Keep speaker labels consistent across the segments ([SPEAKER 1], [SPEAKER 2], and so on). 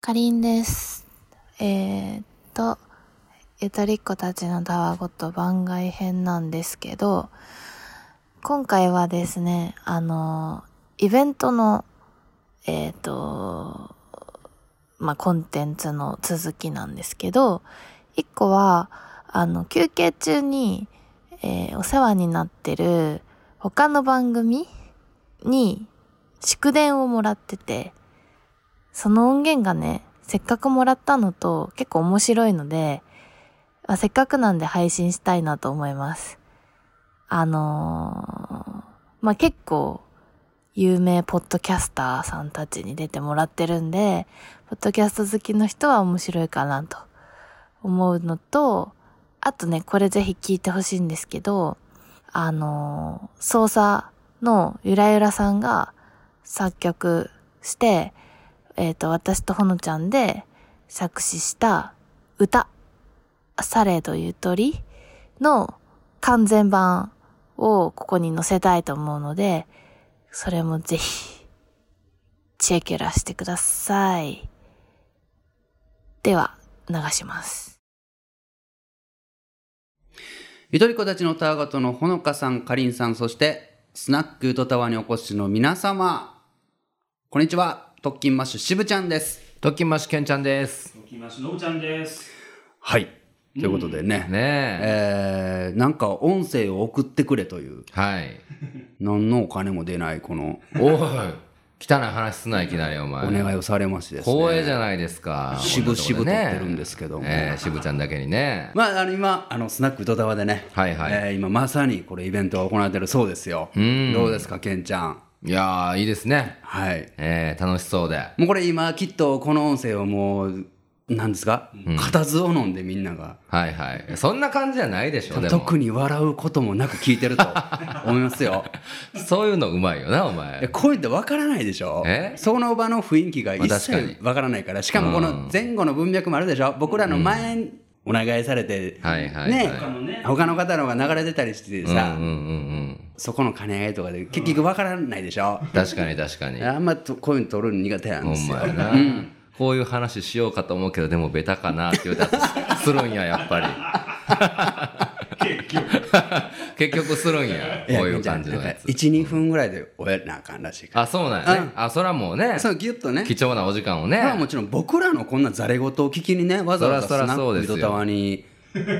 [SPEAKER 1] かりんです。えーっと、ゆとりっ子たちのたわごと番外編なんですけど、今回はですね、あの、イベントの、えーっと、まあ、コンテンツの続きなんですけど、一個は、あの、休憩中に、えーお世話になってる他の番組に祝電をもらってて、その音源がね、せっかくもらったのと結構面白いので、あせっかくなんで配信したいなと思います。あのーまあ、結構有名ポッドキャスターさんたちに出てもらってるんで、ポッドキャスト好きの人は面白いかなと思うのと、あとね、これぜひ聞いてほしいんですけど、あのー、操作のゆらゆらさんが作曲して、えっ、と、私とほのちゃんで作詞した歌、されどゆとりの完全版をここに載せたいと思うので、それもぜひ、チェケラしてください。では、流します。
[SPEAKER 2] ゆとり子たちのターガトのほのかさん、かりんさん、そして、スナックうとたわにお越しの皆様。こんにちは。特勤マッシュ、しぶちゃんです。
[SPEAKER 3] ドキンマッシュケンちゃんです。
[SPEAKER 4] きましのぶちゃんです。
[SPEAKER 2] はい。ということでね。
[SPEAKER 3] ね
[SPEAKER 2] えー、なんか音声を送ってくれという、
[SPEAKER 3] え。はい。
[SPEAKER 2] 何のお金も出ない、この
[SPEAKER 3] おい、汚い話すないきなりお前。
[SPEAKER 2] お願いをされましてですね。
[SPEAKER 3] 光栄じゃないですか。
[SPEAKER 2] しぶしぶ撮ってるんですけども
[SPEAKER 3] ええしぶちゃんだけにね。
[SPEAKER 2] まあ、あの今、あのスナックうとたわでね、
[SPEAKER 3] はいはい
[SPEAKER 2] えー今まさにこれイベントが行われてるそうですよ。
[SPEAKER 3] ん
[SPEAKER 2] どうですか、けんちゃん。
[SPEAKER 3] いやー、いいですね。
[SPEAKER 2] はい。
[SPEAKER 3] ええ楽しそうで。
[SPEAKER 2] もうこれ今きっとこの音声をもうなんですか、固唾を飲んでみんなが
[SPEAKER 3] はいはい。そんな感じじゃないでしょ、でも。
[SPEAKER 2] 特に笑うこともなく聞いてると思います よ
[SPEAKER 3] そういうのうまいよな、お
[SPEAKER 2] いや
[SPEAKER 3] 前。
[SPEAKER 2] こういうのって分からないでしょ
[SPEAKER 3] え
[SPEAKER 2] その場の雰囲気が一
[SPEAKER 3] まあ確かに
[SPEAKER 2] 切分からないからしかもこの前後の文脈もあるでしょ僕らの前にお願いされて、
[SPEAKER 3] はいはいはい
[SPEAKER 2] ね
[SPEAKER 4] 他のね
[SPEAKER 2] 他の方のが流れてたりしてさ、
[SPEAKER 3] うんうんうん。
[SPEAKER 2] そこの兼ね合いとかで結局分からないでしょ、
[SPEAKER 3] 確かに確かに。
[SPEAKER 2] あんまとこういうの撮るの苦手なん
[SPEAKER 3] ほ
[SPEAKER 2] で
[SPEAKER 3] ん
[SPEAKER 2] すよ
[SPEAKER 3] まやな。こういう話しようかと思うけど、でもベタかなって言うたらするんや、やっぱり。 結局するんや、こういう感じのやつ。
[SPEAKER 2] 12分ぐらいで終えなあかんらしいから
[SPEAKER 3] あ、そうなんやね。あ、そらもうね、
[SPEAKER 2] そうギュッとね
[SPEAKER 3] 貴重なお時間を
[SPEAKER 2] まあ
[SPEAKER 3] ね
[SPEAKER 2] も、ちろん僕らのこんなざれ言を聞きにねわざわざ
[SPEAKER 3] そら
[SPEAKER 2] スナ
[SPEAKER 3] そらそう
[SPEAKER 2] ッ
[SPEAKER 3] で
[SPEAKER 2] ク
[SPEAKER 3] すよ
[SPEAKER 2] とたわ に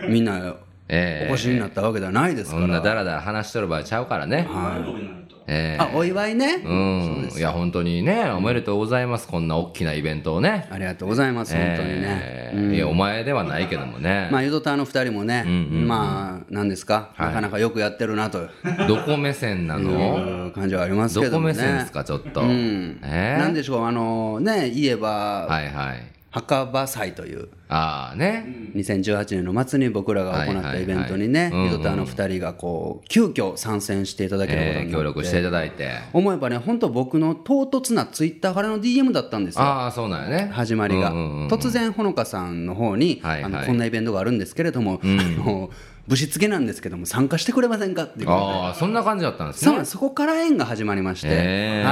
[SPEAKER 2] みんな
[SPEAKER 3] ええ
[SPEAKER 2] お越しになったわけではないです
[SPEAKER 3] そ
[SPEAKER 2] か
[SPEAKER 3] んなだ
[SPEAKER 2] ら、
[SPEAKER 3] らだら話しとる場合ちゃうからね。
[SPEAKER 4] はい。ログないと。
[SPEAKER 3] え
[SPEAKER 2] あお祝いね、
[SPEAKER 3] えうん。いや、本当にね、おめでとうございます。こんな大きなイベントをね。
[SPEAKER 2] ありがとうございます本当にね、
[SPEAKER 3] ええいや、お前ではないけどもね
[SPEAKER 2] ま。あゆとたわの2人もね、まあ何ですか、なかなかよくやってるなとい
[SPEAKER 3] どこ目線なの
[SPEAKER 2] う感じはありますけ
[SPEAKER 3] ど
[SPEAKER 2] ど
[SPEAKER 3] こ
[SPEAKER 2] もね
[SPEAKER 3] 目線ですか、ちょっと。
[SPEAKER 2] うん
[SPEAKER 3] え
[SPEAKER 2] な
[SPEAKER 3] え
[SPEAKER 2] んでしょうあのね言えば、
[SPEAKER 3] はいはい。
[SPEAKER 2] 墓場祭という
[SPEAKER 3] ああね。
[SPEAKER 2] 2018年の末に僕らが行ったイベントにね、
[SPEAKER 3] はいはいはい
[SPEAKER 2] ゆとたわの2人がこう急遽参戦していただけることになっ
[SPEAKER 3] え
[SPEAKER 2] て、
[SPEAKER 3] え協力していただいて。
[SPEAKER 2] 思えばね、本当僕の唐突なツイッターからの DM だったんですよ。
[SPEAKER 3] ああ、そうなんやね。
[SPEAKER 2] 始まりが、
[SPEAKER 3] うんうんうん
[SPEAKER 2] 突然ほのかさんの方に、
[SPEAKER 3] はいはい
[SPEAKER 2] あのこんなイベントがあるんですけれども、あのぶしつけなんですけども参加してくれませんかっていうことで
[SPEAKER 3] ああ、そんな感じだったんです
[SPEAKER 2] そう
[SPEAKER 3] ね
[SPEAKER 2] なん。ですそこから縁が始まりまして、
[SPEAKER 3] え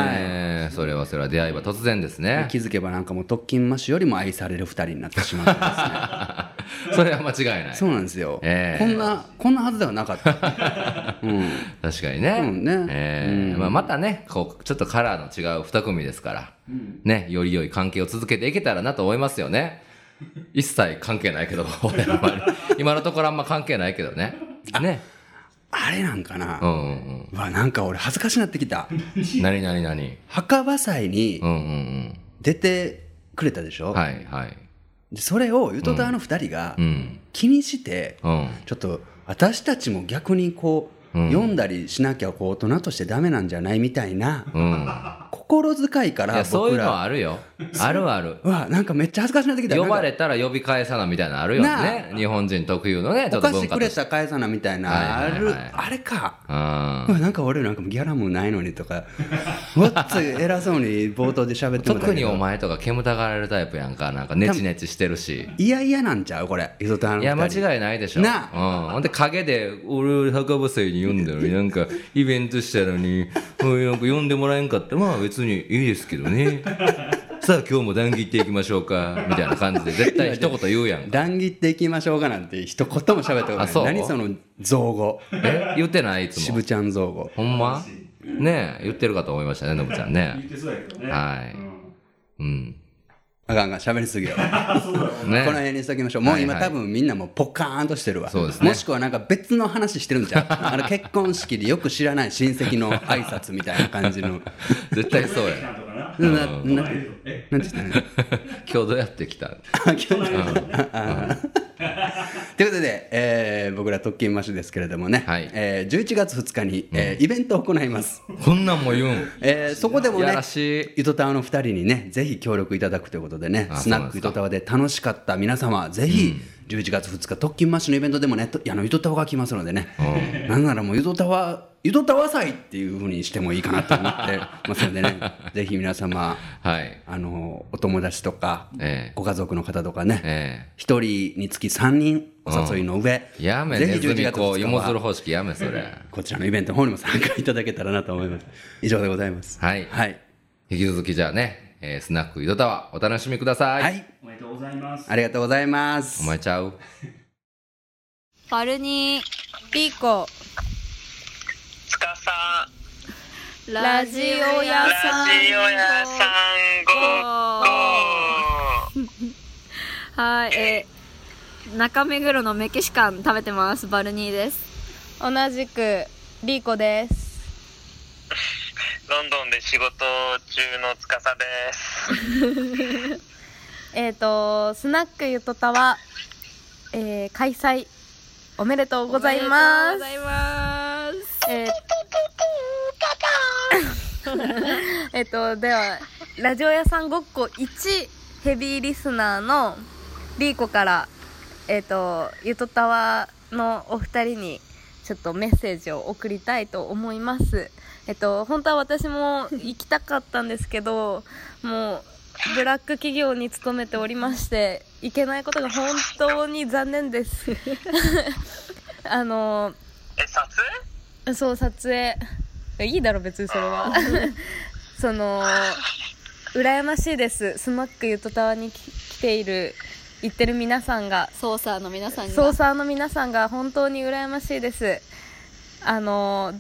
[SPEAKER 3] えそれはそれは出会いは突然です
[SPEAKER 2] はい、
[SPEAKER 3] ね。
[SPEAKER 2] 気づけばなんかもう特勤マッシュよりも愛される2人になってし まったんですね
[SPEAKER 3] それは間違いない。
[SPEAKER 2] そうなんですよ、
[SPEAKER 3] ええ
[SPEAKER 2] こんなこんなはずではなかった、うん、
[SPEAKER 3] 確かにね。
[SPEAKER 2] うんね
[SPEAKER 3] ええまあ、またね、こう、ちょっとカラーの違う二組ですから、ね、より良い関係を続けていけたらなと思いますよね。一切関係ないけど、 俺あんまり今のところあんま関係ないけどね。ね。
[SPEAKER 2] あれなんかな、
[SPEAKER 3] う
[SPEAKER 2] うん
[SPEAKER 3] うん
[SPEAKER 2] わなんか俺恥ずかしなってきた
[SPEAKER 3] うん。なになになに。
[SPEAKER 2] 墓場祭に
[SPEAKER 3] うんうん
[SPEAKER 2] 出てくれたでし
[SPEAKER 3] う
[SPEAKER 2] ょ、
[SPEAKER 3] ん。はいはい。
[SPEAKER 2] でそれをゆとたわの2人が
[SPEAKER 3] うん。
[SPEAKER 2] 気にして、
[SPEAKER 3] うん。
[SPEAKER 2] ちょっと私たちも逆にこう、
[SPEAKER 3] うん
[SPEAKER 2] 読んだりしなきゃこう大人としてダメなんじゃないみたいな
[SPEAKER 3] うん。
[SPEAKER 2] 心遣いか
[SPEAKER 3] いや、
[SPEAKER 2] ら
[SPEAKER 3] そうい
[SPEAKER 2] 僕
[SPEAKER 3] うのは
[SPEAKER 2] ら
[SPEAKER 3] あるよ。あるある。
[SPEAKER 2] はなんかめっちゃ恥ずかしなってきた
[SPEAKER 3] 呼ば
[SPEAKER 2] なんか
[SPEAKER 3] れたら呼び返さなみたいなのあるよね
[SPEAKER 2] な
[SPEAKER 3] 日本人特有のねちょ
[SPEAKER 2] お
[SPEAKER 3] っ
[SPEAKER 2] 菓
[SPEAKER 3] と文
[SPEAKER 2] 子
[SPEAKER 3] 化
[SPEAKER 2] く
[SPEAKER 3] と
[SPEAKER 2] れ
[SPEAKER 3] して
[SPEAKER 2] た返さなみたいな
[SPEAKER 3] はい
[SPEAKER 2] あ
[SPEAKER 3] はい
[SPEAKER 2] る
[SPEAKER 3] はい
[SPEAKER 2] あれか。
[SPEAKER 3] うん
[SPEAKER 2] うわなんか俺なんかギャラもないのにとかごっつ偉そうに冒頭で喋ってもらったけど
[SPEAKER 3] 特にお前とか煙たがられるタイプやんかなんかネチネチしてるし
[SPEAKER 2] いやいやなんちゃうこれゆとたわの
[SPEAKER 3] い
[SPEAKER 2] 二
[SPEAKER 3] や間
[SPEAKER 2] 人
[SPEAKER 3] 違いないでしょ
[SPEAKER 2] な
[SPEAKER 3] うん、ほんで陰で俺博士に呼んだの になんかイベントしたのにおいなんか呼んでもらえんかったまあ別にいいですけどねさあ今日も談義行っていきましょうかみたいな感じで絶対一言言うやんか
[SPEAKER 2] 談義っていきましょうかなんて一言も喋ったことな
[SPEAKER 3] あ
[SPEAKER 2] い
[SPEAKER 3] そう
[SPEAKER 2] 何その造語
[SPEAKER 3] え言ってないいつ
[SPEAKER 2] し
[SPEAKER 3] も
[SPEAKER 2] ぶちゃん造語
[SPEAKER 3] ほんまねえ言ってるかと思いましたねのぶちゃん
[SPEAKER 4] 言っ
[SPEAKER 3] ね
[SPEAKER 4] てそうやけどね。
[SPEAKER 3] はい
[SPEAKER 4] うん
[SPEAKER 3] うん
[SPEAKER 2] あかんあかん喋りすぎよ
[SPEAKER 4] あ、そうだよ。
[SPEAKER 3] ね
[SPEAKER 2] この辺にしときましょう。もう今、
[SPEAKER 3] はいはい
[SPEAKER 2] 多分みんなもうポカーンとしてるわ。
[SPEAKER 3] そうですね
[SPEAKER 2] もしくはなんか別の話してるんじゃん。 あの結婚式でよく知らない親戚の挨拶みたいな感じの。
[SPEAKER 3] 絶対そうや
[SPEAKER 4] なんとかな。
[SPEAKER 2] なな
[SPEAKER 3] う
[SPEAKER 2] な
[SPEAKER 4] え
[SPEAKER 2] なんて言ったの
[SPEAKER 3] 今日どうやって来た
[SPEAKER 2] ということで、えー僕ら特勤マッシュですけれどもね、
[SPEAKER 3] はい
[SPEAKER 2] えー11月2日に、えーイベントを行います。
[SPEAKER 3] こんなんも言うん
[SPEAKER 2] えーそこでも
[SPEAKER 3] や
[SPEAKER 2] ね
[SPEAKER 3] ら、しい
[SPEAKER 2] ゆとたわの2人にね、ぜひ協力いただくということでね、
[SPEAKER 3] あ
[SPEAKER 2] スナック
[SPEAKER 3] そうなんですか
[SPEAKER 2] ゆとたわで楽しかった皆様、ぜひ11月2日、特勤マッシュのイベントでもね、とあのゆとたわが来ますのでね、なんならもうゆとたわ、ゆとたわ祭っていうふうにしてもいいかなと思って ますのでね、ぜひ皆様、
[SPEAKER 3] はい
[SPEAKER 2] あのお友達とか、
[SPEAKER 3] ええ
[SPEAKER 2] ご家族の方とかね、
[SPEAKER 3] え
[SPEAKER 2] 1人につき3人お誘いの上、
[SPEAKER 3] えやめ
[SPEAKER 2] ぜ
[SPEAKER 3] ネ
[SPEAKER 2] ひ
[SPEAKER 3] ズ
[SPEAKER 2] 11
[SPEAKER 3] ミ
[SPEAKER 2] 月
[SPEAKER 3] 子
[SPEAKER 2] 2
[SPEAKER 3] 芋づ
[SPEAKER 2] 日
[SPEAKER 3] る
[SPEAKER 2] は
[SPEAKER 3] 方式やめそれ
[SPEAKER 2] こちらのイベントの方にも参加いただけたらなと思います。以上でございます。
[SPEAKER 3] はい
[SPEAKER 2] はい。
[SPEAKER 3] 引き続きじゃあね、えースナック井戸田はお楽しみください、
[SPEAKER 2] はい。
[SPEAKER 4] おめでとうございます。
[SPEAKER 2] ありがとうございます
[SPEAKER 3] お。前ちゃう
[SPEAKER 5] パルニー、ピコ、
[SPEAKER 6] つかさん
[SPEAKER 5] ラジオ屋
[SPEAKER 6] ラ
[SPEAKER 5] さん。
[SPEAKER 6] ジオ屋さんごっこ
[SPEAKER 5] はい、えー中目黒のメキシカン食べてます。バルニーです。
[SPEAKER 7] 同じくリーコです
[SPEAKER 6] ロンドンで仕事中のつかさです
[SPEAKER 7] えっ、とスナックゆとたは、えー開催おめでとうございま
[SPEAKER 5] お
[SPEAKER 7] す
[SPEAKER 5] めでとうございます。
[SPEAKER 7] えー えっとではラジオ屋さんごっこ1ヘビーリスナーのリーコからえっ、とゆとたわのお二人にちょっとメッセージを送りたいと思いますえっと本当は私も行きたかったんですけどもうブラック企業に勤めておりまして行けないことが本当に残念です あの
[SPEAKER 6] え撮
[SPEAKER 7] そう撮影いいだろ別にそれはその羨ましいですスナックゆとたわにき来ている行ってる皆さんが
[SPEAKER 5] ソーサーの皆さんが。
[SPEAKER 7] 捜査の皆さんが本当に羨ましいですあの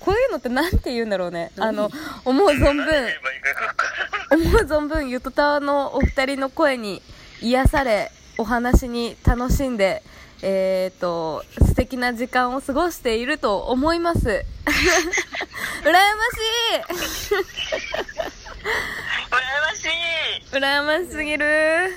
[SPEAKER 7] こういうのって何て言うんだろうねあの思う存分
[SPEAKER 6] 影言えばいいか
[SPEAKER 7] 思う存分ゆとたわのお二人の声に癒されお話に楽しんでえー、と素敵な時間を過ごしていると思います羨まし
[SPEAKER 6] 羨ましい
[SPEAKER 7] い羨ましすぎる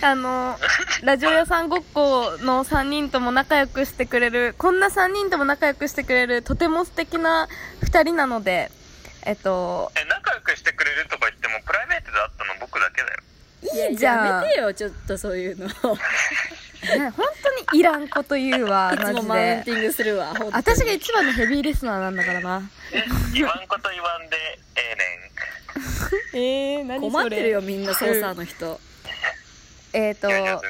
[SPEAKER 7] あのラジオ屋さんごっこの3人とも仲良くしてくれるこんな3人とも仲良くしてくれるとても素敵な2人なのでえっと
[SPEAKER 6] え仲良くしてくれるとか言ってもプライベートで会ったの僕だけだよ
[SPEAKER 7] いいじゃん
[SPEAKER 5] やめてよ、ちょっとそういうの。い
[SPEAKER 7] ね本当にいらんこと言うわマ
[SPEAKER 5] つも
[SPEAKER 7] ジ
[SPEAKER 5] マウン
[SPEAKER 7] で
[SPEAKER 5] ティングするわ。本当に
[SPEAKER 7] 私が一番のヘビーリスナーなんだからな
[SPEAKER 6] え言わんこと言わんでええねん
[SPEAKER 7] えー、何
[SPEAKER 5] 困ってるよ、みんな、ソーサー
[SPEAKER 7] うん
[SPEAKER 5] の人。
[SPEAKER 7] えっ、
[SPEAKER 6] いやいや
[SPEAKER 7] と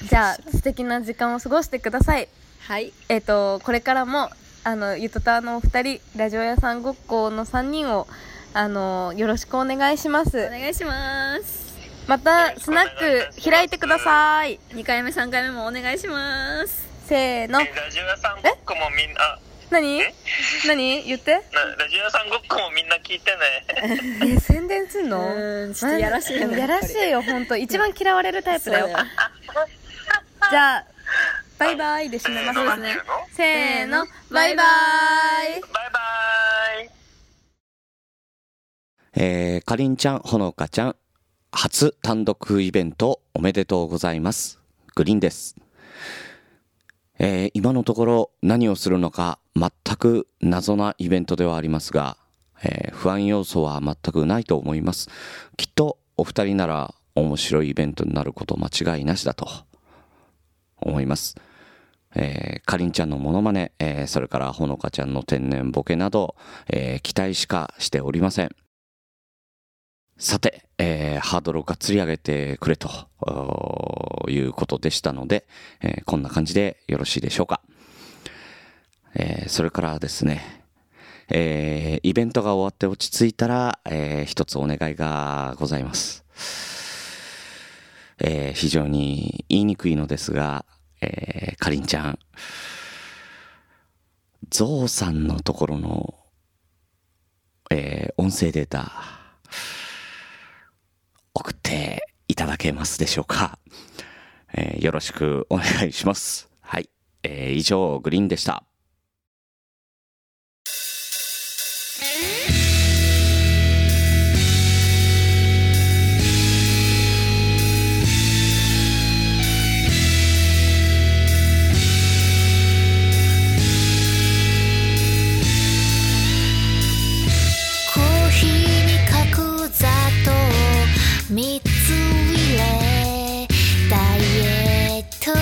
[SPEAKER 6] 全然
[SPEAKER 7] じゃあ素敵な時間を過ごしてください
[SPEAKER 5] はい。
[SPEAKER 7] えっ、とこれからもあのゆとたわのお二人ラジオ屋さんごっこの三人をあのよろしくお願いしま
[SPEAKER 5] お
[SPEAKER 7] す
[SPEAKER 5] 願いします。
[SPEAKER 7] またスナッ
[SPEAKER 6] お願いいたします
[SPEAKER 7] ク開いてください
[SPEAKER 5] 2回目、3回目もお願いします。
[SPEAKER 7] せーの
[SPEAKER 6] えラジオ屋さんごっこもみんなあ
[SPEAKER 7] 何
[SPEAKER 6] え
[SPEAKER 7] 何言って
[SPEAKER 6] なラジオ屋さんごっこもみんな聞いてね
[SPEAKER 7] え宣伝すん
[SPEAKER 5] う
[SPEAKER 7] の
[SPEAKER 5] ーん、ちょっとやらしいよね。
[SPEAKER 7] やらしいよ本当一番嫌われるタ
[SPEAKER 5] タ
[SPEAKER 7] イプだよじゃあバイバイ で締めます
[SPEAKER 6] どな
[SPEAKER 7] ね
[SPEAKER 6] んていうの
[SPEAKER 7] せーの、バ
[SPEAKER 5] バ
[SPEAKER 7] イ
[SPEAKER 5] イバ
[SPEAKER 7] バイ
[SPEAKER 6] バイバーイ
[SPEAKER 8] えー、かりんちゃん、ほのかちゃん、初単独イベントおめでとうございます。グリーンです。えー、今のところ何をするのか全く謎なイベントではありますが、えー不安要素は全くないと思います。きっとお二人なら面白いイベントになること間違いなしだと思います。えー、かりんちゃんのモノマネ、えーそれからほのかちゃんの天然ボケなど、えー期待しかしておりません。さて、えーハードルをがっつり上げてくれとおーいうことでしたので、えーこんな感じでよろしいでしょうか。えーそれからですね、えーイベントが終わって落ち着いたら、えー一つお願いがございます。えー非常に言いにくいのですが、えーかりんちゃん、ゾウさんのところの、えー音声データ、送っていただけますでしょうか。えーよろしくお願いします。はい。えー以上、グリーンでした。
[SPEAKER 1] コーヒーに角砂糖3つ入れダイエット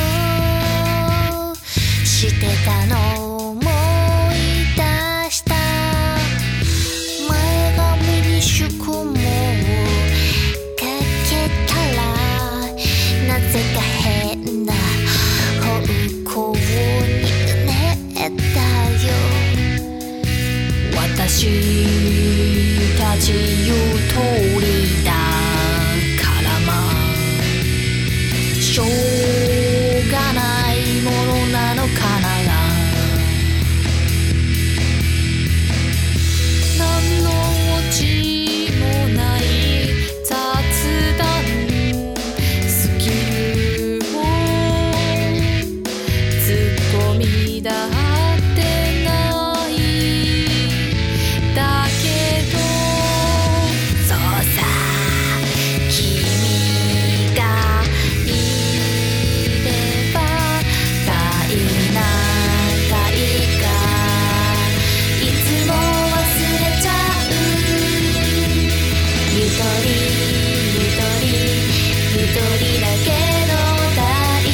[SPEAKER 1] してたの思い出した前髪に宿毛をかけたらなぜか変な方向にうねったよ私たち言う通りだからまあしょうがないものなのかな何の落ちもない雑談スキルをツッコミだってないだけどそうさ君がいれば大長いがいつも忘れちゃうゆとりゆとり「一人だけど大丈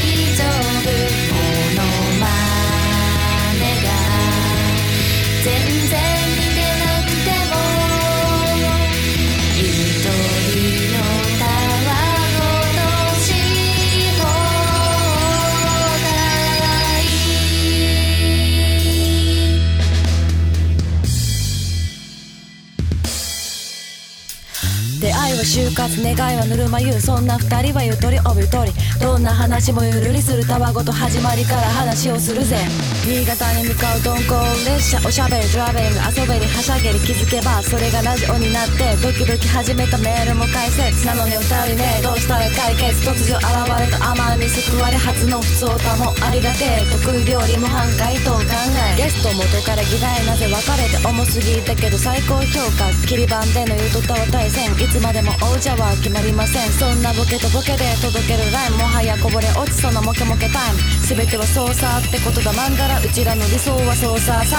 [SPEAKER 1] 夫」「このまねが全然似てなくても」「ゆとりのたわごとし放題」
[SPEAKER 9] 出会いは就活願いはぬるま湯そんな二人はゆとりおびとりどんな話もゆるりするたわごと始まりから話をするぜ新潟に向かう鈍行列車おしゃべりトラベリング遊べりはしゃげり気づけばそれがラジオになってドキドキ始めたメールも解説なのに二人ねどうしたら解決突如現れた甘み救われ初の普通歌もありがてえ得意料理も半解と考えゲスト元から議題なぜ別れて重すぎたけど最高評価切り板でのゆとたわ対戦いつまでも王者は決まりませんそんなボケとボケで届けるラインもはやこぼれ落ちそうなモケモケタイム全ては操作ってことだ漫画らうちらの理想は操作さ